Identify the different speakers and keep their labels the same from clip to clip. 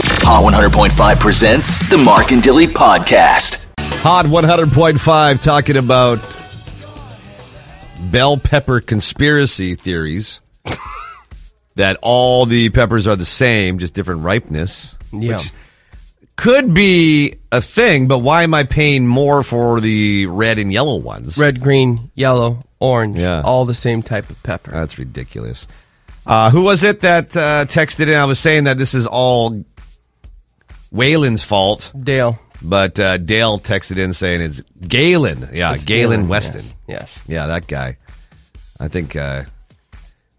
Speaker 1: Hot 100.5 presents the Mark and Dilly Podcast.
Speaker 2: Hot 100.5 talking about bell pepper conspiracy theories that all the peppers are the same, just different ripeness.
Speaker 3: Yeah.
Speaker 2: Which could be a thing, but why am I paying more for the red and yellow ones?
Speaker 3: Red, green, yellow, orange.
Speaker 2: Yeah.
Speaker 3: All the same type of pepper.
Speaker 2: That's ridiculous. Uh, who was it that uh, texted in? I was saying that this is all Waylon's fault,
Speaker 3: Dale.
Speaker 2: but uh, Dale texted in saying it's Galen. Yeah,
Speaker 3: It's
Speaker 2: Galen, Weston.
Speaker 3: Yes. yes.
Speaker 2: Yeah, that guy. I think uh,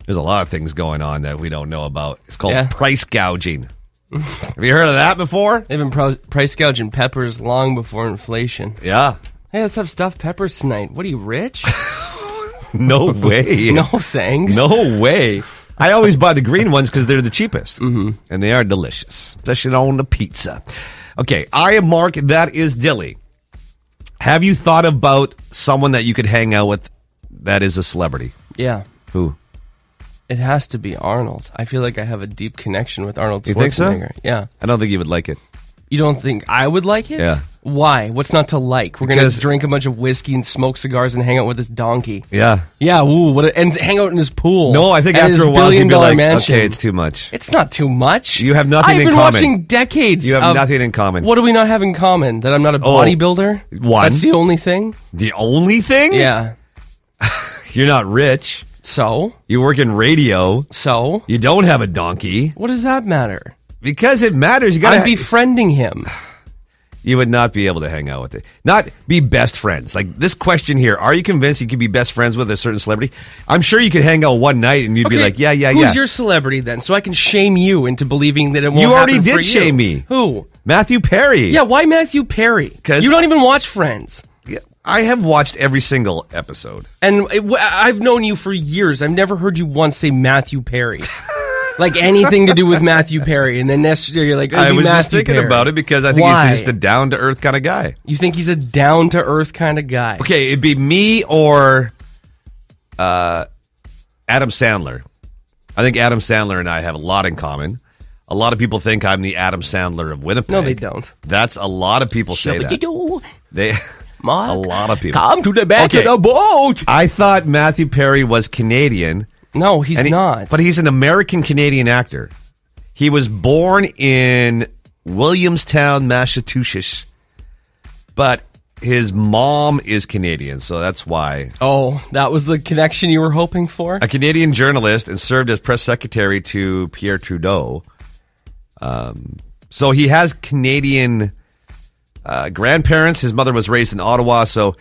Speaker 2: there's a lot of things going on that we don't know about. It's called
Speaker 3: Yeah.
Speaker 2: price gouging. Have you heard of that before?
Speaker 3: They've been pro- price gouging peppers long before inflation.
Speaker 2: Yeah.
Speaker 3: Hey, let's have stuffed peppers tonight. What are you, rich?
Speaker 2: No way.
Speaker 3: no thanks.
Speaker 2: No way. I always buy the green ones because they're the cheapest. Mm-hmm. And they are delicious, especially on the pizza. Okay, I am Mark. That is Dilly. Have you thought about someone that you could hang out with that is a celebrity?
Speaker 3: Yeah.
Speaker 2: Who?
Speaker 3: It has to be Arnold. I feel like I have a deep connection with Arnold
Speaker 2: You
Speaker 3: Schwarzenegger.
Speaker 2: think so?
Speaker 3: Yeah.
Speaker 2: I don't think you would like it.
Speaker 3: You don't think I would like it?
Speaker 2: Yeah.
Speaker 3: Why? What's not to like? We're
Speaker 2: Because-
Speaker 3: gonna drink a bunch of whiskey and smoke cigars and hang out with this donkey.
Speaker 2: Yeah.
Speaker 3: Yeah, ooh, what a, and hang out in his pool.
Speaker 2: No, I think
Speaker 3: At his
Speaker 2: after a while you'd
Speaker 3: billion
Speaker 2: be
Speaker 3: dollar
Speaker 2: like,
Speaker 3: mansion.
Speaker 2: okay, it's too much.
Speaker 3: It's not too much.
Speaker 2: You have nothing
Speaker 3: I've
Speaker 2: in
Speaker 3: been
Speaker 2: common.
Speaker 3: watching decades.
Speaker 2: You have
Speaker 3: of-
Speaker 2: nothing in common. Oh,
Speaker 3: What do we not have in common? That I'm not a
Speaker 2: one.
Speaker 3: bodybuilder.
Speaker 2: Hmm.
Speaker 3: That's the only thing.
Speaker 2: The only thing?
Speaker 3: Yeah.
Speaker 2: You're not rich.
Speaker 3: So
Speaker 2: You work in radio.
Speaker 3: so
Speaker 2: You don't have a donkey.
Speaker 3: what does that matter?
Speaker 2: Because it matters. You gotta
Speaker 3: I'm befriending him.
Speaker 2: you would not be able to hang out with it. Not be best friends. Like this question here, are you convinced you could be best friends with a certain celebrity? I'm sure you could hang out one night and you'd be
Speaker 3: Okay,
Speaker 2: like, yeah, yeah,
Speaker 3: Who's
Speaker 2: yeah.
Speaker 3: your celebrity then? So I can shame you into believing that it won't.
Speaker 2: You already
Speaker 3: happen for
Speaker 2: did shame
Speaker 3: you.
Speaker 2: me.
Speaker 3: Who?
Speaker 2: Matthew Perry.
Speaker 3: Yeah. Why Matthew Perry?
Speaker 2: 'Cause-
Speaker 3: you don't even watch Friends.
Speaker 2: Yeah. I have watched every single episode.
Speaker 3: And it, w- I've known you for years. I've never heard you once say Matthew Perry. like anything to do with Matthew Perry. And then next year you're like, it'd
Speaker 2: I
Speaker 3: be
Speaker 2: was just
Speaker 3: Matthew
Speaker 2: thinking
Speaker 3: Perry.
Speaker 2: about it because I think
Speaker 3: Why?
Speaker 2: he's just a down to earth kind of guy.
Speaker 3: You think he's a down to earth kind of guy?
Speaker 2: Okay, it'd be me or uh, Adam Sandler. I think Adam Sandler and I have a lot in common. A lot of people think I'm the Adam Sandler of Winnipeg.
Speaker 3: No, they don't.
Speaker 2: That's a lot of people say that.
Speaker 3: Shubidido,
Speaker 2: They
Speaker 3: Mark,
Speaker 2: a lot of people.
Speaker 3: Come to the back
Speaker 2: Okay.
Speaker 3: of the boat.
Speaker 2: I thought Matthew Perry was Canadian.
Speaker 3: No, he's
Speaker 2: and he-
Speaker 3: not.
Speaker 2: But he's an American Canadian actor. He was born in Williamstown, Massachusetts. But his mom is Canadian, so that's why
Speaker 3: oh, that was the connection you were hoping for?
Speaker 2: a Canadian journalist and served as press secretary to Pierre Trudeau. Um, so he has Canadian uh, grandparents. His mother was raised in Ottawa. So,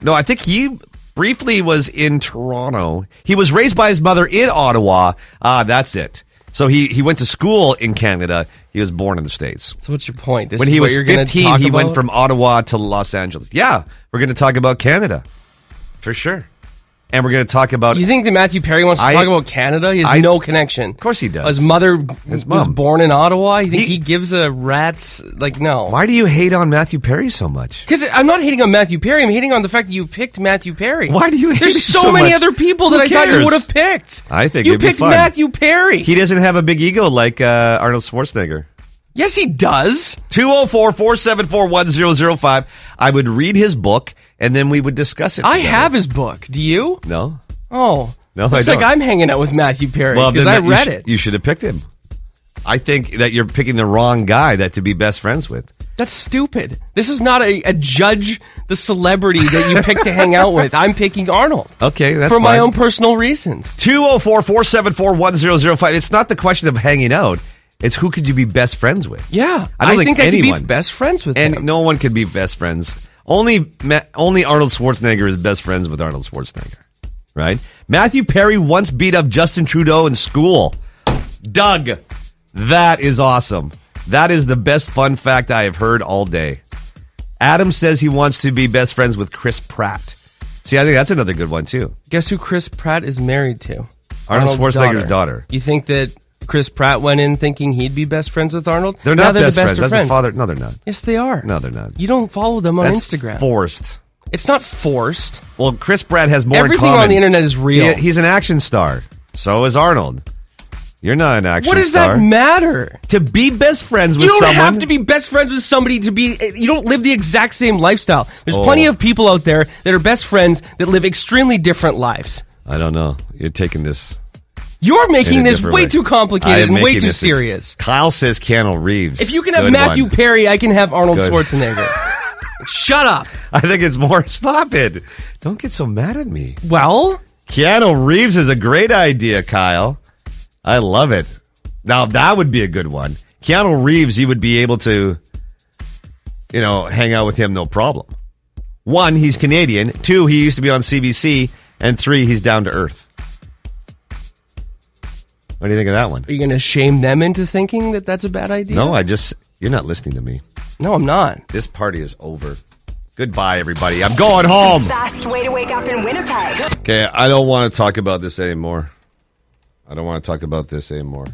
Speaker 2: no, I think he briefly was in Toronto. He was raised by his mother in Ottawa. Ah, that's it. So he, he went to school in Canada. He was born in the States.
Speaker 3: so what's your point? This
Speaker 2: When
Speaker 3: is
Speaker 2: he
Speaker 3: what
Speaker 2: was
Speaker 3: you're gonna
Speaker 2: 15,
Speaker 3: talk
Speaker 2: he went
Speaker 3: about?
Speaker 2: from Ottawa to Los Angeles. Yeah, we're going to talk about Canada for sure. And we're going to talk about
Speaker 3: You think that Matthew Perry wants to
Speaker 2: I-
Speaker 3: talk about Canada? He has
Speaker 2: I-
Speaker 3: no connection. Of
Speaker 2: course he does.
Speaker 3: His mother was
Speaker 2: mom.
Speaker 3: born in Ottawa. You think
Speaker 2: He-
Speaker 3: he, gives a rat's like no?
Speaker 2: Why do you hate on Matthew Perry so much?
Speaker 3: Because I'm not hating on Matthew Perry. I'm hating on the fact that you picked Matthew Perry.
Speaker 2: Why do you hate him
Speaker 3: There's so,
Speaker 2: so
Speaker 3: many
Speaker 2: much?
Speaker 3: other people
Speaker 2: Who
Speaker 3: that I thought
Speaker 2: cares?
Speaker 3: you would have picked.
Speaker 2: I think
Speaker 3: you
Speaker 2: it'd be
Speaker 3: picked
Speaker 2: fun.
Speaker 3: Matthew Perry.
Speaker 2: He doesn't have a big ego like uh, Arnold Schwarzenegger.
Speaker 3: yes, he does.
Speaker 2: 204 474 1005. I would read his book and then we would discuss it.
Speaker 3: I
Speaker 2: together.
Speaker 3: have his book. Do you?
Speaker 2: No?
Speaker 3: Oh,
Speaker 2: No, I
Speaker 3: looks
Speaker 2: don't.
Speaker 3: like I'm hanging out with Matthew Perry because
Speaker 2: then
Speaker 3: I
Speaker 2: that- you
Speaker 3: read
Speaker 2: sh-
Speaker 3: it.
Speaker 2: You should have picked him. I think that you're picking the wrong guy that to be best friends with.
Speaker 3: That's stupid. This is not a, a judge the celebrity that you pick to hang out with. I'm picking Arnold
Speaker 2: Okay, that's
Speaker 3: for my
Speaker 2: fine.
Speaker 3: own personal reasons.
Speaker 2: 204 474 1005. It's not the question of hanging out, it's who could you be best friends with?
Speaker 3: Yeah,
Speaker 2: I don't think
Speaker 3: think, I could
Speaker 2: anyone-
Speaker 3: be best friends with
Speaker 2: and
Speaker 3: him.
Speaker 2: no one could be best friends. Only Ma- only Arnold Schwarzenegger is best friends with Arnold Schwarzenegger, right? Matthew Perry once beat up Justin Trudeau in school. Doug, that is awesome. That is the best fun fact I have heard all day. Adam says he wants to be best friends with Chris Pratt. See, I think that's another good one too.
Speaker 3: Guess who Chris Pratt is married to?
Speaker 2: Arnold Schwarzenegger's daughter.
Speaker 3: You think that Chris Pratt went in thinking he'd be best friends with Arnold?
Speaker 2: They're
Speaker 3: Now
Speaker 2: not
Speaker 3: the
Speaker 2: best, friends.
Speaker 3: of
Speaker 2: That's a father. No, they're not.
Speaker 3: Yes, they are.
Speaker 2: No, they're not.
Speaker 3: You don't follow them on
Speaker 2: That's
Speaker 3: Instagram.
Speaker 2: forced.
Speaker 3: it's not forced.
Speaker 2: Well, Chris Pratt has more in
Speaker 3: Everything
Speaker 2: common.
Speaker 3: on the internet is real.
Speaker 2: He- he's an action star. So is Arnold. You're not an action
Speaker 3: What does
Speaker 2: star.
Speaker 3: that matter?
Speaker 2: to be best friends with
Speaker 3: You don't
Speaker 2: someone.
Speaker 3: have to be best friends with somebody to be. You don't live the exact same lifestyle. There's
Speaker 2: Oh.
Speaker 3: plenty of people out there that are best friends that live extremely different lives.
Speaker 2: I don't know. You're taking this.
Speaker 3: You're
Speaker 2: in
Speaker 3: making
Speaker 2: a
Speaker 3: this
Speaker 2: different
Speaker 3: way
Speaker 2: way.
Speaker 3: too
Speaker 2: I
Speaker 3: complicated
Speaker 2: am
Speaker 3: and way
Speaker 2: making
Speaker 3: too
Speaker 2: this-
Speaker 3: serious.
Speaker 2: Kyle says Keanu Reeves.
Speaker 3: If you can have
Speaker 2: Good
Speaker 3: Matthew
Speaker 2: one.
Speaker 3: Perry, I can have Arnold
Speaker 2: Good.
Speaker 3: Schwarzenegger. Shut up.
Speaker 2: I think it's more. Stop it. Don't get so mad at me.
Speaker 3: Well,
Speaker 2: Keanu Reeves is a great idea, Kyle. I love it. Now that would be a good one. Keanu Reeves, you would be able to, you know, hang out with him no problem. One, he's Canadian. Two, he used to be on CBC. And three, he's down to earth. What do you think of that one?
Speaker 3: are you going to shame them into thinking that that's a bad idea?
Speaker 2: No, I just you're not listening to me.
Speaker 3: no, I'm not.
Speaker 2: This party is over. Goodbye, everybody. I'm going home.
Speaker 4: Best way to wake up in Winnipeg.
Speaker 2: Okay, I don't want to talk about this anymore. I don't want to talk about this anymore.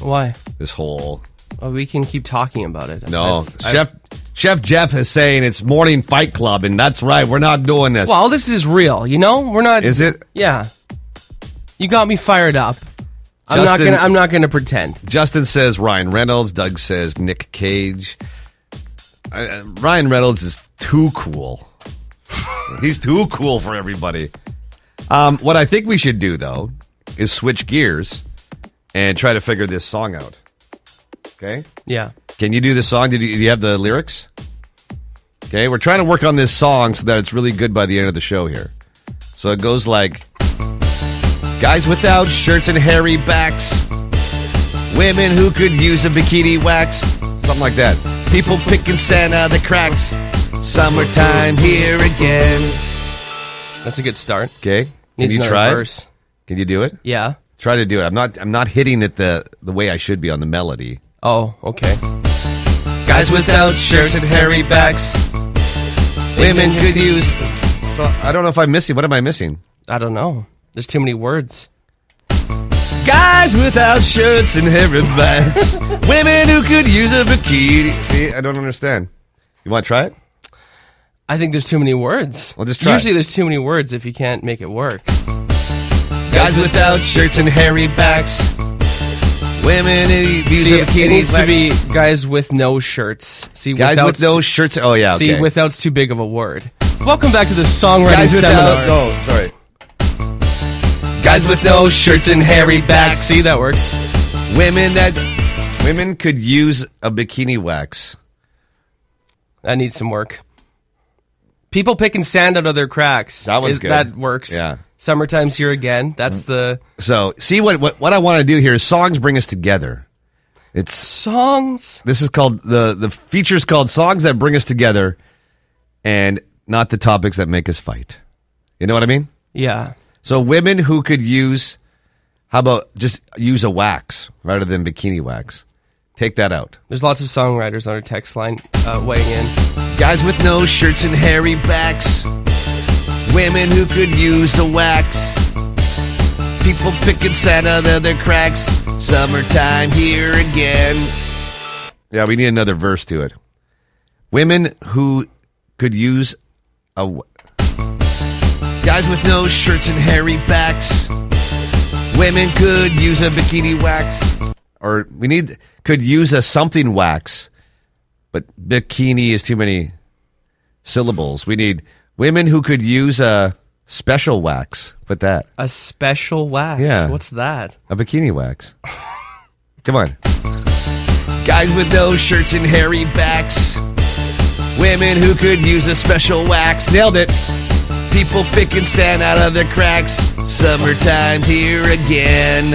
Speaker 3: Why?
Speaker 2: This whole
Speaker 3: Well, we can keep talking about it.
Speaker 2: no,
Speaker 3: I- I-
Speaker 2: Chef Chef Jeff is saying it's morning Fight Club, and that's right. We're not doing this.
Speaker 3: well, this is real. You know, we're not.
Speaker 2: is it?
Speaker 3: Yeah. You got me fired up. I'm not
Speaker 2: Justin-
Speaker 3: gonna. I'm not gonna pretend.
Speaker 2: Justin says Ryan Reynolds. Doug says Nick Cage. I- uh, Ryan Reynolds is too cool. He's too cool for everybody. Um, what I think we should do though is switch gears and try to figure this song out. Okay.
Speaker 3: Yeah.
Speaker 2: Can you do the song? Did you, do you have the lyrics? Okay, we're trying to work on this song so that it's really good by the end of the show here. So it goes like Guys without shirts and hairy backs, women who could use a bikini wax, something like that. People picking sand out of the cracks, summertime here again.
Speaker 3: That's a good start.
Speaker 2: Okay, can
Speaker 3: Needs
Speaker 2: you
Speaker 3: another
Speaker 2: try? it?
Speaker 3: verse.
Speaker 2: Can you do it?
Speaker 3: Yeah.
Speaker 2: Try to do it. I'm not. I'm not hitting it the the way I should be on the melody.
Speaker 3: Oh, okay.
Speaker 2: Guys without shirts and hairy backs. Women could use. So, I don't know if I'm missing. What am I missing?
Speaker 3: I don't know. There's too many words.
Speaker 2: Guys without shirts and hairy backs. Women who could use a bikini. See, I don't understand. You want to try it?
Speaker 3: I think there's too many words.
Speaker 2: Well, just try it.
Speaker 3: Usually there's too many words if you can't make it work.
Speaker 2: Guys without shirts and hairy backs. Women who use
Speaker 3: See,
Speaker 2: a
Speaker 3: it
Speaker 2: bikini.
Speaker 3: needs to be guys with no shirts. See,
Speaker 2: guys
Speaker 3: without's-
Speaker 2: with no shirts. Oh yeah.
Speaker 3: See,
Speaker 2: okay.
Speaker 3: without's too big of a word. Welcome back to the songwriting
Speaker 2: guys
Speaker 3: seminar.
Speaker 2: without. No, sorry. Guys with no shirts and hairy backs.
Speaker 3: See, that works.
Speaker 2: Women that women could use a bikini wax.
Speaker 3: That needs some work. People picking sand out of their cracks.
Speaker 2: That one's
Speaker 3: is-
Speaker 2: good.
Speaker 3: That works.
Speaker 2: Yeah.
Speaker 3: Summertime's here again. That's the
Speaker 2: So see what what, what I want to do here is songs bring us together. It's
Speaker 3: songs.
Speaker 2: this is called the the feature's called songs that bring us together, and not the topics that make us fight. You know what I mean?
Speaker 3: Yeah.
Speaker 2: So women who could use, how about just use a wax rather than bikini wax? Take that out.
Speaker 3: There's lots of songwriters on our text line uh, weighing in.
Speaker 2: Guys with no shirts and hairy backs. Women who could use the wax. People picking sand out of their cracks. Summertime here again. Yeah, we need another verse to it. Women who could use a. W- Guys with no shirts and hairy backs. Women could use a bikini wax. Or we need. Could use a something wax but bikini is too many syllables. We need women who could use a special wax. Put that
Speaker 3: A special wax.
Speaker 2: Yeah.
Speaker 3: What's that?
Speaker 2: a bikini wax. Come on, guys with no shirts and hairy backs. Women who could use a special wax. Nailed it. People picking sand out of their cracks. Summertime's here again.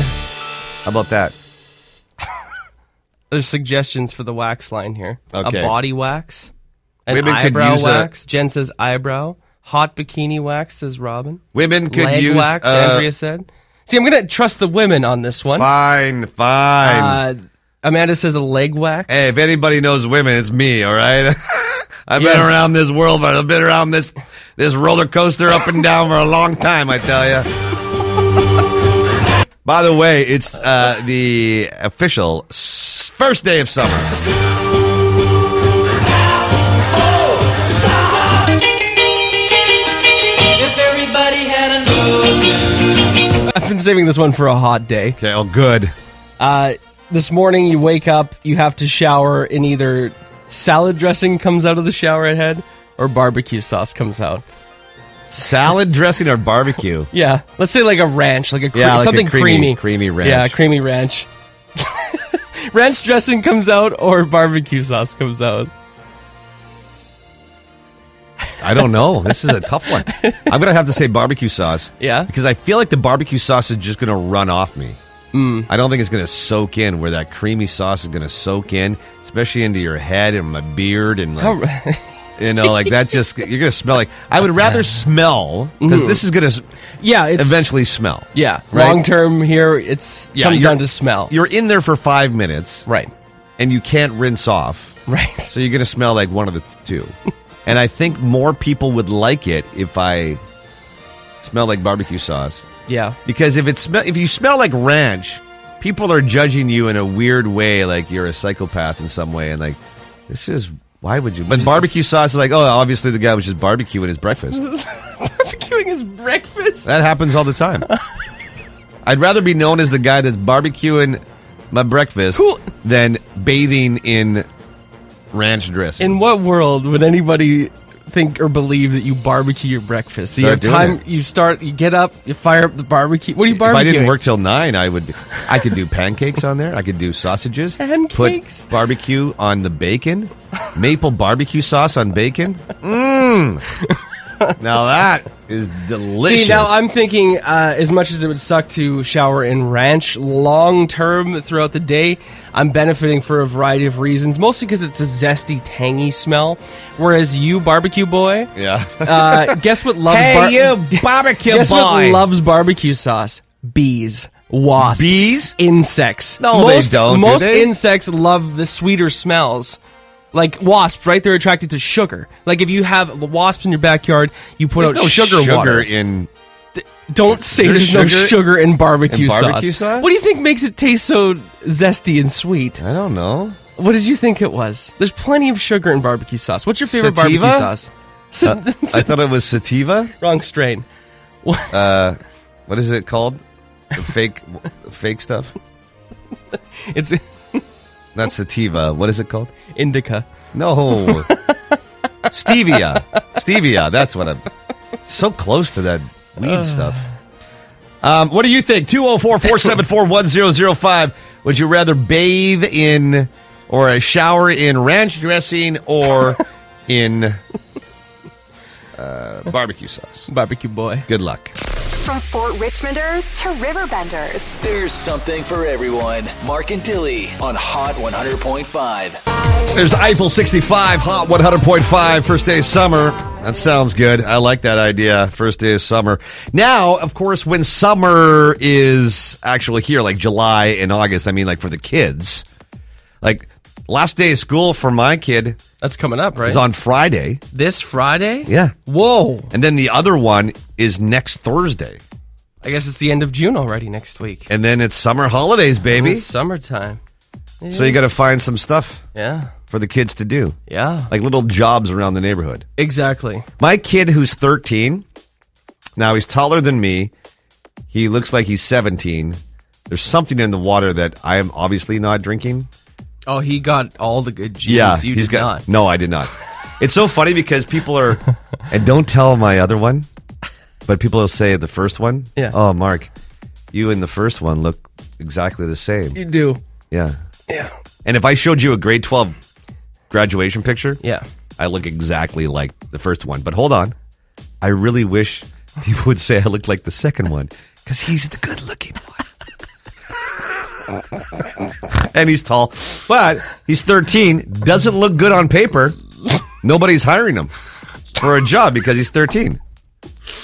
Speaker 2: How about that?
Speaker 3: There's suggestions for the wax line here.
Speaker 2: Okay.
Speaker 3: A body wax. An
Speaker 2: Women could
Speaker 3: eyebrow
Speaker 2: use a-
Speaker 3: wax. Jen says eyebrow. Hot bikini wax, says Robin.
Speaker 2: Women could
Speaker 3: Leg
Speaker 2: use.
Speaker 3: wax,
Speaker 2: uh,
Speaker 3: Andrea said. See, I'm going to trust the women on this one.
Speaker 2: fine, fine.
Speaker 3: Uh, Amanda says a leg wax.
Speaker 2: Hey, if anybody knows women, it's me. All right, I've been
Speaker 3: Yes.
Speaker 2: around this world, but I've been around this this roller coaster up and down for a long time. I tell you. By the way, it's uh, the official s- first day of summer.
Speaker 5: If everybody had a nose,
Speaker 3: I've been saving this one for a hot day.
Speaker 2: Okay, oh good.
Speaker 3: Uh, this morning, you wake up, you have to shower, and either salad dressing comes out of the shower head or barbecue sauce comes out.
Speaker 2: Salad dressing or barbecue?
Speaker 3: Yeah, let's say like a ranch, like a cre-
Speaker 2: Yeah, like a
Speaker 3: something
Speaker 2: creamy-
Speaker 3: creamy,
Speaker 2: creamy ranch.
Speaker 3: Yeah, creamy ranch. ranch dressing comes out or barbecue sauce comes out.
Speaker 2: I don't know. This is a tough one. I'm gonna have to say barbecue sauce.
Speaker 3: Yeah.
Speaker 2: Because I feel like the barbecue sauce is just gonna run off me.
Speaker 3: Hmm.
Speaker 2: I don't think it's gonna soak in where that creamy sauce is gonna soak in, especially into your head and my beard and like
Speaker 3: How-
Speaker 2: you know, like that. Just you're gonna smell like I would rather smell because this is gonna s-
Speaker 3: yeah, Hmm. it's
Speaker 2: eventually smell.
Speaker 3: Yeah,
Speaker 2: right?
Speaker 3: long term here, it's
Speaker 2: Yeah,
Speaker 3: comes
Speaker 2: you're-
Speaker 3: down to smell.
Speaker 2: You're in there for five minutes,
Speaker 3: Right,
Speaker 2: and you can't rinse off.
Speaker 3: right.
Speaker 2: So you're going to smell like one of the two. and I think more people would like it if I smell like barbecue sauce.
Speaker 3: Yeah,
Speaker 2: Because if it smell if you smell like ranch, people are judging you in a weird way like you're a psychopath in some way and like this is why would you? But barbecue sauce is like, oh, obviously the guy was just barbecuing his breakfast.
Speaker 3: barbecuing is breakfast.
Speaker 2: That happens all the time. I'd rather be known as the guy that's barbecuing my breakfast
Speaker 3: Who-
Speaker 2: than bathing in ranch dressing.
Speaker 3: In what world would anybody think or believe that you barbecue your breakfast? Do you have
Speaker 2: Start doing
Speaker 3: time?
Speaker 2: it.
Speaker 3: You start, you get up, you fire up the barbecue. What are you barbecuing?
Speaker 2: If I didn't work till nine, I would. I could do pancakes on there. I could do sausages.
Speaker 3: Pancakes?
Speaker 2: Put barbecue on the bacon. Maple barbecue sauce on bacon. Mmm. now that is delicious.
Speaker 3: See, now I'm thinking, uh, as much as it would suck to shower in ranch long term throughout the day, I'm benefiting for a variety of reasons, mostly because it's a zesty, tangy smell. Whereas you, barbecue boy,
Speaker 2: Yeah.
Speaker 3: uh, guess what loves
Speaker 2: hey,
Speaker 3: bar-
Speaker 2: you barbecue
Speaker 3: guess
Speaker 2: boy.
Speaker 3: what loves barbecue sauce? Bees, wasps,
Speaker 2: Bees?
Speaker 3: insects.
Speaker 2: No, they
Speaker 3: most,
Speaker 2: don't, do
Speaker 3: Most
Speaker 2: they?
Speaker 3: insects love the sweeter smells. Like wasps, right? They're attracted to sugar. Like if you have wasps in your backyard, you put
Speaker 2: There's
Speaker 3: out
Speaker 2: no sugar,
Speaker 3: water.
Speaker 2: in.
Speaker 3: Don't say
Speaker 2: There's
Speaker 3: there's,
Speaker 2: sugar-
Speaker 3: no sugar in barbecue,
Speaker 2: in barbecue sauce?
Speaker 3: What do you think makes it taste so zesty and sweet?
Speaker 2: I don't know.
Speaker 3: What did you think it was? There's plenty of sugar in barbecue sauce. What's your favorite
Speaker 2: Sativa?
Speaker 3: barbecue sauce? Sa-
Speaker 2: I thought it was sativa.
Speaker 3: wrong strain.
Speaker 2: What is it called? The fake, fake stuff.
Speaker 3: It's
Speaker 2: Not sativa. What is it called?
Speaker 3: indica.
Speaker 2: No. Stevia. Stevia. That's what I'm. So close to that weed stuff. Um, what do you think? 204 474 1005. Would you rather bathe in or a shower in ranch dressing or in uh, barbecue sauce?
Speaker 3: Barbecue boy.
Speaker 2: Good luck.
Speaker 4: From Fort Richmonders to Riverbenders.
Speaker 1: There's something for everyone. Mark and Dilly on Hot 100.5.
Speaker 2: There's Eiffel 65, Hot 100.5, first day of summer. That sounds good. I like that idea. First day of summer. Now, of course, when summer is actually here, like July and August, I mean, like for the kids, like last day of school for my kid
Speaker 3: That's coming up, right?
Speaker 2: is on Friday,
Speaker 3: this Friday?
Speaker 2: Yeah.
Speaker 3: Whoa.
Speaker 2: and then the other one is next Thursday.
Speaker 3: I guess it's the end of June already next week.
Speaker 2: And then it's summer holidays, baby.
Speaker 3: It's summertime.
Speaker 2: So you got to find some stuff
Speaker 3: Yeah.
Speaker 2: for the kids to do,
Speaker 3: Yeah.
Speaker 2: like little jobs around the neighborhood.
Speaker 3: Exactly.
Speaker 2: My kid, who's 13, now he's taller than me. He looks like he's 17. There's something in the water that I am obviously not drinking.
Speaker 3: Oh, he got all the good genes. you
Speaker 2: he's
Speaker 3: did
Speaker 2: got.
Speaker 3: not.
Speaker 2: No, I did not. it's so funny because people are, and don't tell my other one, but people will say the first one.
Speaker 3: Yeah.
Speaker 2: Oh, Mark, you and the first one look exactly the same.
Speaker 3: You do.
Speaker 2: Yeah.
Speaker 3: Yeah.
Speaker 2: And if I showed you a grade 12 graduation picture,
Speaker 3: Yeah.
Speaker 2: I look exactly like the first one. But hold on. I really wish he would say I look like the second one because he's the good looking one. and he's tall, but he's 13, doesn't look good on paper. Nobody's hiring him for a job because he's 13.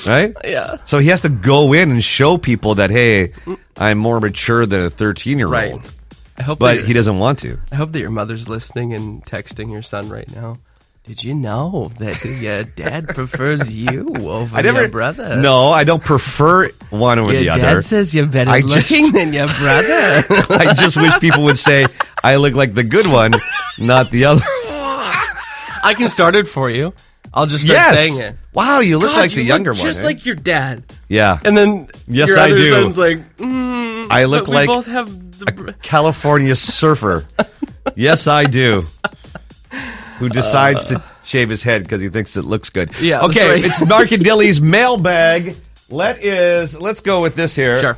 Speaker 2: Right?
Speaker 3: Yeah.
Speaker 2: So he has to go in and show people that, hey, I'm more mature than a 13 year
Speaker 3: Right.
Speaker 2: old.
Speaker 3: I hope
Speaker 2: But
Speaker 3: that
Speaker 2: he doesn't want to.
Speaker 3: I hope that your mother's listening and texting your son right now. Did you know that your dad prefers you over your brother?
Speaker 2: No, I don't prefer one over
Speaker 3: Your
Speaker 2: the
Speaker 3: dad
Speaker 2: other.
Speaker 3: says you're better
Speaker 2: I just-
Speaker 3: looking than your brother.
Speaker 2: I just wish people would say I look like the good one, not the other.
Speaker 3: I can start it for you. I'll just start
Speaker 2: Yes.
Speaker 3: saying it.
Speaker 2: Wow, you look
Speaker 3: God,
Speaker 2: like
Speaker 3: you
Speaker 2: the
Speaker 3: look
Speaker 2: younger one.
Speaker 3: just
Speaker 2: eh?
Speaker 3: like your dad.
Speaker 2: yeah.
Speaker 3: And then
Speaker 2: Yes,
Speaker 3: your
Speaker 2: I
Speaker 3: other
Speaker 2: do.
Speaker 3: son's like, mm,
Speaker 2: I look
Speaker 3: but we
Speaker 2: like-
Speaker 3: both have the
Speaker 2: California surfer. yes, I do. Who decides to shave his head because he thinks it looks good.
Speaker 3: Uh. Yeah, that's
Speaker 2: Okay,
Speaker 3: right.
Speaker 2: it's Markadilly's mailbag. Let is let's go with this here.
Speaker 3: sure.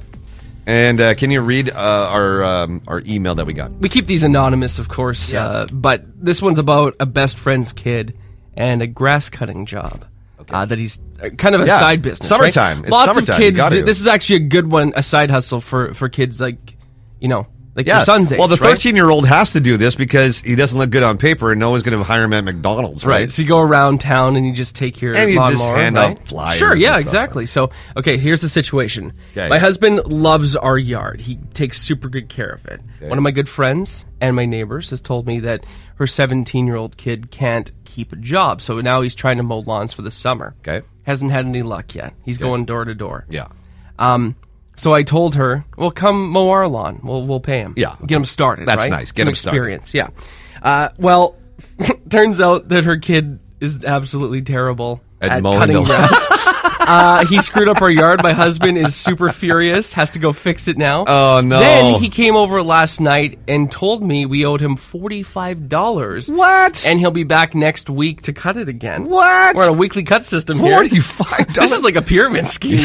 Speaker 2: And uh, can you read uh, our um, our email that we got?
Speaker 3: We keep these anonymous, of course, uh, but this one's about a best friend's kid and a grass cutting job. Uh, that he's uh, kind of a
Speaker 2: Yeah.
Speaker 3: side business. right?
Speaker 2: Summertime. It's
Speaker 3: Lots
Speaker 2: summertime.
Speaker 3: of
Speaker 2: You
Speaker 3: kids.
Speaker 2: gotta
Speaker 3: do-
Speaker 2: do.
Speaker 3: this is actually a good one, a side hustle for for kids like, you know, like your son's age.
Speaker 2: Well, the
Speaker 3: right?
Speaker 2: thirteen-year-old has to do this because he doesn't look good on paper, and no one's going to hire him at McDonald's, right?
Speaker 3: Right. So you go around town and you just take your
Speaker 2: And you
Speaker 3: lawnmower.
Speaker 2: just hand out
Speaker 3: right?
Speaker 2: flyers
Speaker 3: Sure.
Speaker 2: and
Speaker 3: Yeah.
Speaker 2: stuff.
Speaker 3: Exactly. So okay, here's the situation.
Speaker 2: Okay.
Speaker 3: My husband loves our yard. He takes super good care of it. One of my good friends and my neighbors has told me that her 17 year old kid can't keep a job, so now he's trying to mow lawns for the summer.
Speaker 2: Okay.
Speaker 3: Hasn't had any luck yet. He's going door to door.
Speaker 2: Yeah.
Speaker 3: Um, so I told her, "Well, come mow our lawn. We'll we'll pay him.
Speaker 2: Yeah.
Speaker 3: get him started.
Speaker 2: That's
Speaker 3: right?
Speaker 2: nice. Get
Speaker 3: Some
Speaker 2: him started.
Speaker 3: experience. Yeah. Uh, well, turns out that her kid is absolutely terrible
Speaker 2: At
Speaker 3: at,
Speaker 2: mowing
Speaker 3: cutting
Speaker 2: the
Speaker 3: grass. uh, he screwed up our yard. My husband is super furious. Has to go fix it now.
Speaker 2: Oh, no.
Speaker 3: Then he came over last night and told me we owed him forty five dollars.
Speaker 2: What?
Speaker 3: And he'll be back next week to cut it again.
Speaker 2: What?
Speaker 3: We're on a weekly cut system here.
Speaker 2: Forty-five dollars.
Speaker 3: This is like a pyramid scheme.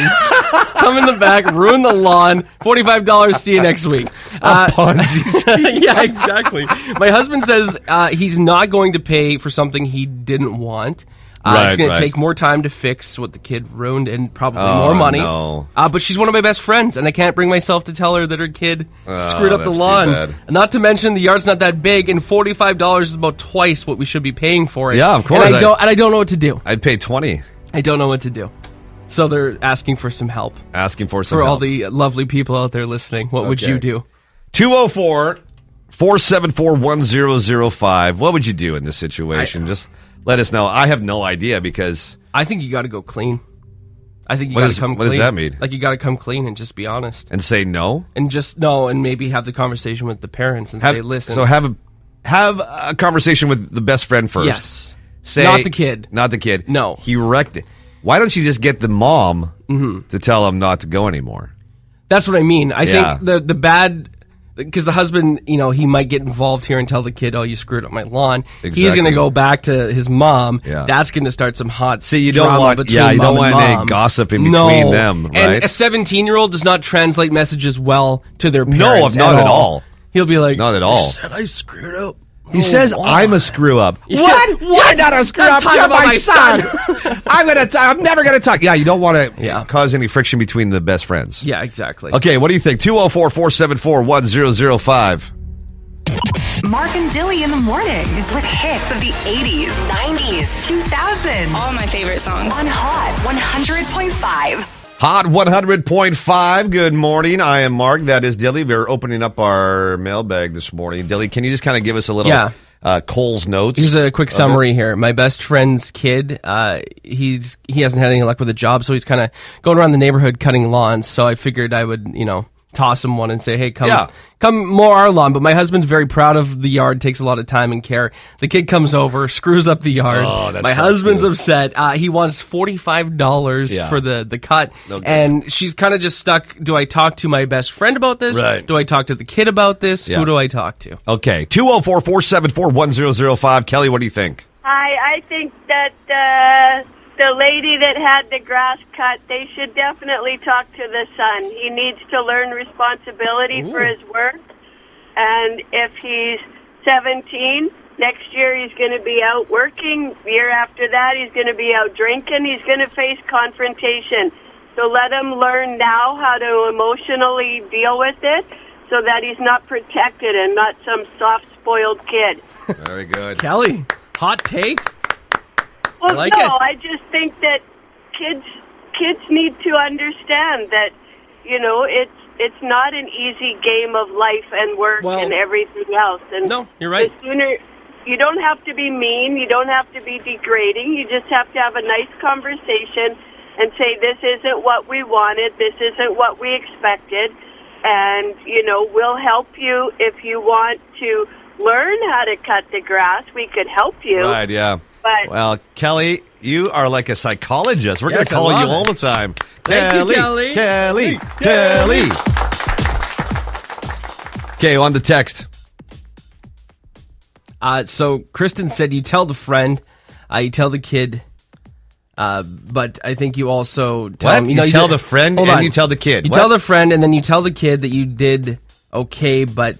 Speaker 3: Come in the back, ruin the lawn. Forty-five dollars. See you next week. Uh,
Speaker 2: Ponzi.
Speaker 3: yeah, exactly. My husband says uh, he's not going to pay for something he didn't want. Uh,
Speaker 2: Right,
Speaker 3: it's going
Speaker 2: right.
Speaker 3: to take more time to fix what the kid ruined and probably
Speaker 2: Oh,
Speaker 3: more money.
Speaker 2: no.
Speaker 3: Uh, but she's one of my best friends, and I can't bring myself to tell her that her kid screwed up the
Speaker 2: Oh, that's too
Speaker 3: lawn.
Speaker 2: bad.
Speaker 3: Not to mention the yard's not that big, and forty-five dollars is about twice what we should be paying for it.
Speaker 2: Yeah, of course.
Speaker 3: And I,
Speaker 2: I-
Speaker 3: don't, and I don't know what to do.
Speaker 2: I'd pay twenty.
Speaker 3: I don't know what to do. So they're asking for some help.
Speaker 2: Asking for some
Speaker 3: For all
Speaker 2: help.
Speaker 3: the lovely people out there listening, what would
Speaker 2: Okay.
Speaker 3: you do?
Speaker 2: 204 474 1005. What would you do in this situation? Just let us know. I have no idea because
Speaker 3: I think you got to go clean. I think you
Speaker 2: What
Speaker 3: got
Speaker 2: is-
Speaker 3: to come
Speaker 2: what
Speaker 3: clean.
Speaker 2: does that mean?
Speaker 3: Like you got to come clean and just be honest
Speaker 2: and say no.
Speaker 3: and just no and maybe have the conversation with the parents and
Speaker 2: Have,
Speaker 3: say, "Listen,
Speaker 2: So have a have a conversation with the best friend first.
Speaker 3: yes,
Speaker 2: Say
Speaker 3: Not the kid.
Speaker 2: Not the kid.
Speaker 3: No.
Speaker 2: He wrecked it. Why don't you just get the mom
Speaker 3: Mm-hmm.
Speaker 2: to tell him not to go anymore?
Speaker 3: that's what I mean." I
Speaker 2: Yeah.
Speaker 3: think the the bad because the husband, you know, he might get involved here and tell the kid, "Oh, you screwed up my lawn." He's
Speaker 2: Exactly.
Speaker 3: going to go back to his mom.
Speaker 2: Yeah.
Speaker 3: That's going to start some hot
Speaker 2: See, you don't
Speaker 3: drama
Speaker 2: want-
Speaker 3: between
Speaker 2: yeah, you
Speaker 3: mom
Speaker 2: don't
Speaker 3: and
Speaker 2: want any
Speaker 3: mom.
Speaker 2: gossip in
Speaker 3: No.
Speaker 2: between them, right?
Speaker 3: And a 17-year-old does not translate messages well to their
Speaker 2: No,
Speaker 3: parents.
Speaker 2: not at all.
Speaker 3: He'll be like,
Speaker 2: Not at all.
Speaker 3: "You said I screwed up."
Speaker 2: He says I'm a screw up. What?
Speaker 3: What?
Speaker 2: You're not a screw
Speaker 3: I'm
Speaker 2: up.
Speaker 3: talking
Speaker 2: You're
Speaker 3: about
Speaker 2: my
Speaker 3: my
Speaker 2: son. I'm gonna. T- I'm never gonna talk. Yeah, you don't want to
Speaker 3: Yeah.
Speaker 2: cause any friction between the best friends.
Speaker 3: Yeah, exactly.
Speaker 2: Okay, what do you think? 204 474 1005.
Speaker 4: Mark and Dilly in the morning with hits of the 80s, 90s, 2000
Speaker 5: All my favorite songs.
Speaker 4: on Hot 100.5.
Speaker 2: Hot 100.5. Good morning. I am Mark. That is Dilly. We're opening up our mailbag this morning. Dilly, can you just kind of give us a little
Speaker 3: Yeah.
Speaker 2: uh, Cole's notes?
Speaker 3: Here's a quick summary here. My best friend's kid, uh, he's he hasn't had any luck with a job, so he's kind of going around the neighborhood cutting lawns. So I figured I would, you know, toss him one and say, "Hey, come,
Speaker 2: Yeah.
Speaker 3: come mow our lawn." But my husband's very proud of the yard; takes a lot of time and care. The kid comes over, screws up the yard.
Speaker 2: Oh, that
Speaker 3: my
Speaker 2: sucks,
Speaker 3: husband's
Speaker 2: dude.
Speaker 3: upset. Uh, he wants forty five dollars
Speaker 2: Yeah.
Speaker 3: for the the cut,
Speaker 2: No good.
Speaker 3: and she's kind of just stuck. Do I talk to my best friend about this?
Speaker 2: Right.
Speaker 3: Do I talk to the kid about this?
Speaker 2: Yes.
Speaker 3: Who do I talk to?
Speaker 2: okay, 204 474 1005. Kelly, what do you think?
Speaker 6: Hi, I think that uh, the lady that had the grass cut, they should definitely talk to the son. He needs to learn responsibility for his work. And if he's 17, next year he's going to be out working. Year after that, he's going to be out drinking. He's going to face confrontation. So let him learn now how to emotionally deal with it so that he's not protected and not some soft, spoiled kid.
Speaker 2: Very good.
Speaker 3: Kelly, hot take.
Speaker 6: Well,
Speaker 3: like
Speaker 6: no,
Speaker 3: it.
Speaker 6: I just think that kids kids need to understand that you know it's it's not an easy game of life and work
Speaker 3: Well-
Speaker 6: and everything else. And
Speaker 3: No, you're right.
Speaker 6: The sooner you don't have to be mean, you don't have to be degrading. You just have to have a nice conversation and say this isn't what we wanted, this isn't what we expected, and you know we'll help you if you want to learn how to cut the grass. We could help you.
Speaker 2: Right, yeah.
Speaker 6: But-
Speaker 2: well, Kelly, you are like a psychologist. We're
Speaker 3: Yes, I
Speaker 2: going to call
Speaker 3: love
Speaker 2: you
Speaker 3: it.
Speaker 2: all the time.
Speaker 3: Thank
Speaker 2: Kelly,
Speaker 3: you,
Speaker 2: Kelly,
Speaker 3: Kelly.
Speaker 2: Kelly,
Speaker 3: Kelly.
Speaker 2: Okay, on the text.
Speaker 3: Uh, so Kristen said you tell the friend, uh, you tell the kid, uh, but I think you also tell
Speaker 2: What?
Speaker 3: him-
Speaker 2: You
Speaker 3: know,
Speaker 2: tell
Speaker 3: did-
Speaker 2: the friend
Speaker 3: Hold
Speaker 2: and
Speaker 3: on.
Speaker 2: you tell the kid.
Speaker 3: You
Speaker 2: What?
Speaker 3: tell the friend and then you tell the kid that you did okay, but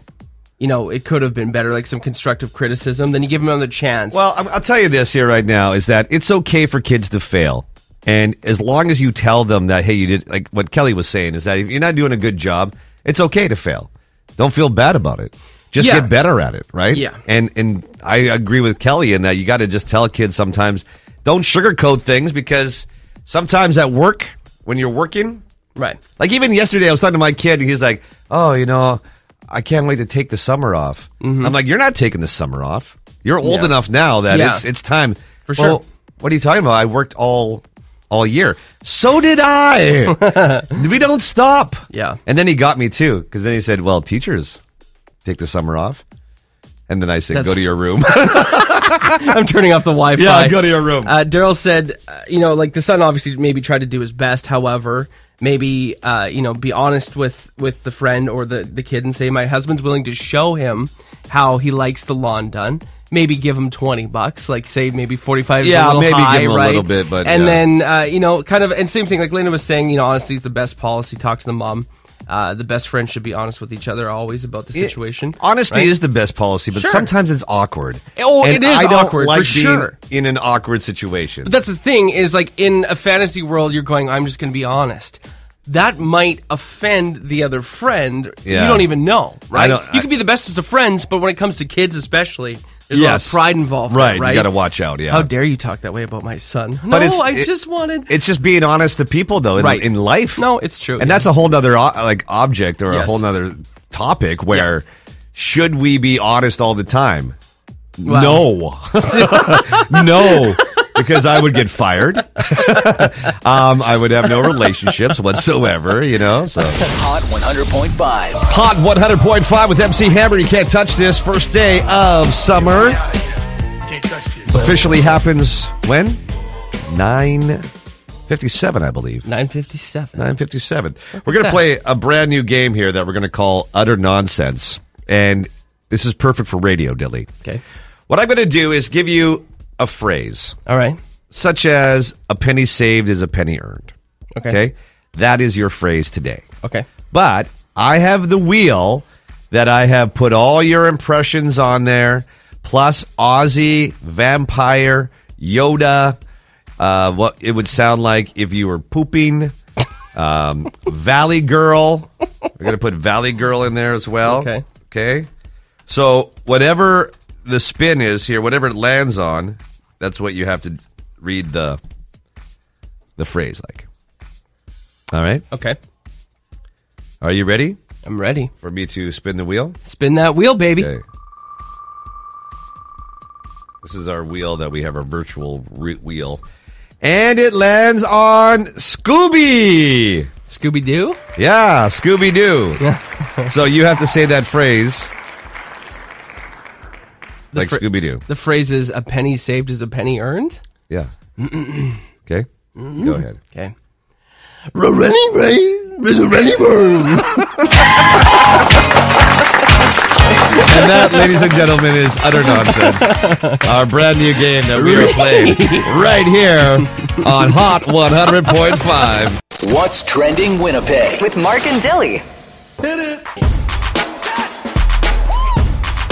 Speaker 3: you know it could have been better, like some constructive criticism. Then you give him another chance.
Speaker 2: Well, I'm- I'll tell you this here right now is that it's okay for kids to fail. And as long as you tell them that, hey, you did, like what Kelly was saying, is that if you're not doing a good job, it's okay to fail. Don't feel bad about it. Just
Speaker 3: Yeah.
Speaker 2: get better at it, right?
Speaker 3: Yeah.
Speaker 2: And and I agree with Kelly in that you got to just tell kids sometimes don't sugarcoat things because sometimes at work when you're working,
Speaker 3: right.
Speaker 2: like even yesterday, I was talking to my kid, and he's like, "Oh, you know, I can't wait to take the summer off." I'm like, "You're not taking the summer off. You're old
Speaker 3: Mm-hmm. Yeah.
Speaker 2: enough now that
Speaker 3: Yeah.
Speaker 2: it's it's time
Speaker 3: For
Speaker 2: Well,
Speaker 3: sure.
Speaker 2: What are you talking about? I worked all all year. So did I. we don't stop.
Speaker 3: Yeah.
Speaker 2: And then he got me too, because then he said, "Well, teachers take the summer off," and then I said,
Speaker 3: That's-
Speaker 2: "Go to your room."
Speaker 3: I'm turning off the Wi-Fi.
Speaker 2: Yeah, go to your room.
Speaker 3: Uh, Daryl said, uh, you know, like the son obviously maybe tried to do his best. However, maybe uh, you know, be honest with with the friend or the the kid and say, my husband's willing to show him how he likes the lawn done. Maybe give him twenty bucks, like say maybe forty five.
Speaker 2: Yeah,
Speaker 3: a little
Speaker 2: maybe give
Speaker 3: high,
Speaker 2: him a
Speaker 3: right?
Speaker 2: little bit, but
Speaker 3: and
Speaker 2: yeah.
Speaker 3: then uh, you know, kind of, and same thing. Like Linda was saying, you know, honesty is the best policy. Talk to the mom. Uh, the best friends should be honest with each other always about the situation.
Speaker 2: Honesty
Speaker 3: right?
Speaker 2: is the best policy, but
Speaker 3: Sure.
Speaker 2: sometimes it's awkward.
Speaker 3: Oh,
Speaker 2: and
Speaker 3: it is
Speaker 2: I don't
Speaker 3: awkward, for
Speaker 2: like being
Speaker 3: sure.
Speaker 2: in an awkward situation.
Speaker 3: But that's the thing is like in a fantasy world, you're going, I'm just going to be honest. That might offend the other friend.
Speaker 2: Yeah.
Speaker 3: You don't even know, right?
Speaker 2: don't-
Speaker 3: you can be the bestest of friends, but when it comes to kids, especially, there's a lot of
Speaker 2: Yes.
Speaker 3: pride involved.
Speaker 2: Right, you
Speaker 3: right?
Speaker 2: gotta watch out, yeah.
Speaker 3: How dare you talk that way about my son?
Speaker 2: But
Speaker 3: no,
Speaker 2: it's-
Speaker 3: I
Speaker 2: it-
Speaker 3: just wanted.
Speaker 2: It's just being honest to people, though, in,
Speaker 3: Right.
Speaker 2: in life.
Speaker 3: No, it's true,
Speaker 2: And
Speaker 3: yeah.
Speaker 2: that's a whole nother o- like object or a
Speaker 3: Yes.
Speaker 2: whole nother topic where should we be honest all the time?
Speaker 3: Wow.
Speaker 2: No, no, because I would get fired. um, I would have no relationships whatsoever. You know, so
Speaker 1: Hot 100.5.
Speaker 2: hot one hundred point five with MC Hammer. You can't touch this. First day of summer officially happens when nine fifty seven, I believe.
Speaker 3: 957.
Speaker 2: 957. We're going to
Speaker 3: that.
Speaker 2: play a brand new game here that we're going to call Utter Nonsense. And this is perfect for radio, Dilly.
Speaker 3: Okay.
Speaker 2: What I'm going to do is give you a phrase,
Speaker 3: All right.
Speaker 2: such as a penny saved is a penny earned.
Speaker 3: Okay.
Speaker 2: That is your phrase today.
Speaker 3: Okay.
Speaker 2: But I have the wheel that I have put all your impressions on there, plus Aussie, vampire, Yoda. Uh, what it would sound like if you were pooping. Um, Valley Girl. We're gonna put Valley Girl in there as well.
Speaker 3: Okay.
Speaker 2: Okay. So whatever the spin is here, whatever it lands on, that's what you have to read the the phrase like. All right.
Speaker 3: Okay.
Speaker 2: Are you ready?
Speaker 3: I'm ready.
Speaker 2: for me to spin the wheel.
Speaker 3: Spin that wheel, baby.
Speaker 2: Okay. This is our wheel that we have our virtual re- wheel. And it lands on Scooby.
Speaker 3: Scooby Doo.
Speaker 2: Yeah, Scooby Doo. so you have to say that phrase like
Speaker 3: fr-
Speaker 2: Scooby Doo.
Speaker 3: The phrase is a penny saved is a penny earned.
Speaker 2: Yeah. okay.
Speaker 3: Mm-hmm.
Speaker 2: Go ahead.
Speaker 3: Okay.
Speaker 2: And that, ladies and gentlemen, is utter nonsense. Our brand new game that we are playing right here on Hot 100.5.
Speaker 1: What's trending Winnipeg?
Speaker 4: With Mark and Dilly.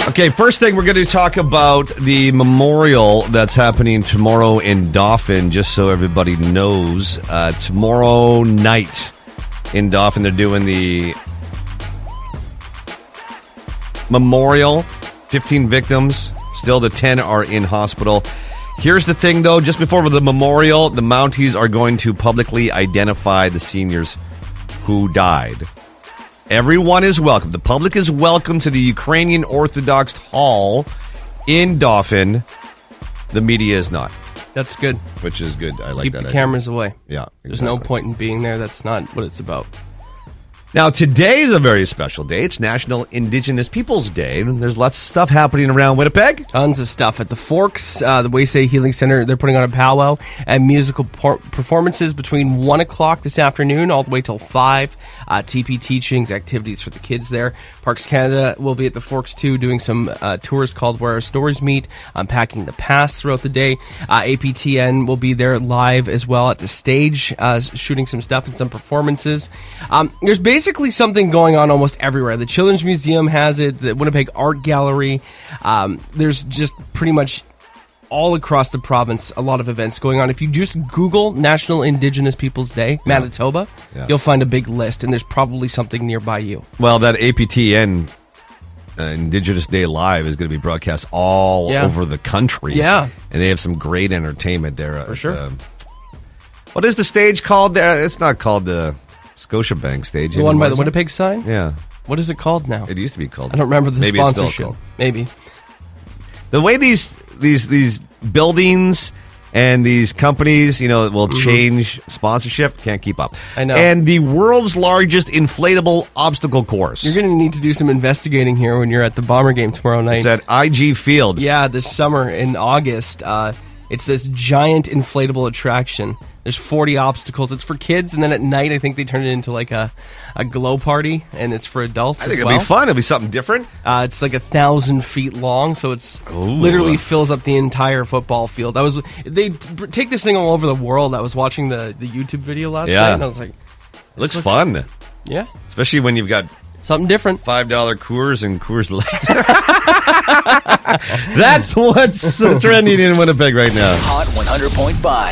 Speaker 2: Okay, first thing we're going to talk about the memorial that's happening tomorrow in Dauphin, just so everybody knows. Uh, tomorrow night in Dauphin, they're doing the memorial. 15 victims. Still, the 10 are in hospital. Here's the thing, though. Just before the memorial, the Mounties are going to publicly identify the seniors who died. Everyone is welcome. The public is welcome to the Ukrainian Orthodox Hall in Dauphin. The media is not,
Speaker 3: That's good.
Speaker 2: which is good. I like
Speaker 3: Keep
Speaker 2: that.
Speaker 3: the
Speaker 2: idea.
Speaker 3: cameras away.
Speaker 2: Yeah,
Speaker 3: There's no
Speaker 2: exactly.
Speaker 3: point in being there. That's not what it's about.
Speaker 2: Now, today is a very special day. It's National Indigenous Peoples Day, and there's lots of stuff happening around Winnipeg.
Speaker 3: Tons of stuff at the Forks, uh, the Wayside Healing Center. They're putting on a powwow and musical por- performances between one o'clock this afternoon all the way till five. uh, TP teachings, activities for the kids there. Parks Canada will be at the Forks too, doing some uh, tours called Where Our Stories Meet, unpacking the past throughout the day. Uh, APTN will be there live as well at the stage, uh, shooting some stuff and some performances. Um, there's basically something going on almost everywhere. The Children's Museum has it, the Winnipeg Art Gallery. Um, there's just pretty much all across the province a lot of events going on. If you just Google National Indigenous Peoples Day, Manitoba,
Speaker 2: Yeah.
Speaker 3: you'll find a big list, and there's probably something nearby you.
Speaker 2: Well, that APTN uh, Indigenous Day Live is going to be broadcast all
Speaker 3: Yeah.
Speaker 2: over the country.
Speaker 3: Yeah.
Speaker 2: and they have some great entertainment there. For
Speaker 3: sure.
Speaker 2: what is the stage called? There, it's not called the Scotiabank stage.
Speaker 3: The one by the
Speaker 2: anymore, is
Speaker 3: Winnipeg sign?
Speaker 2: it? Yeah,
Speaker 3: What is it called now?
Speaker 2: it used to be called.
Speaker 3: I don't remember the
Speaker 2: Maybe
Speaker 3: sponsorship.
Speaker 2: It's still called.
Speaker 3: Maybe.
Speaker 2: The way these these these buildings. And these companies, you know, will change sponsorship. Can't keep up.
Speaker 3: Mm-hmm. I know.
Speaker 2: And the world's largest inflatable obstacle course.
Speaker 3: You're going to need to do some investigating here when you're at the Bomber game tomorrow night.
Speaker 2: it's at IG Field.
Speaker 3: yeah, this summer in August. Uh, it's this giant inflatable attraction. There's 40 obstacles. It's for kids, and then at night, I think they turn it into like a, a glow party, and it's for adults
Speaker 2: I think
Speaker 3: as
Speaker 2: it'll
Speaker 3: well.
Speaker 2: be fun. It'll be something different.
Speaker 3: Uh, it's like a thousand feet long, so it's literally fills up the entire football field. I was they t- take this thing all over the world. I was watching the the YouTube video last
Speaker 2: Yeah.
Speaker 3: night, and I was like,
Speaker 2: It looks
Speaker 3: looks-
Speaker 2: fun,
Speaker 3: yeah,
Speaker 2: especially when you've got
Speaker 3: something different.
Speaker 2: five dollar Coors and Coors Light. That's what's trending in Winnipeg right now.
Speaker 1: Hot 100.5.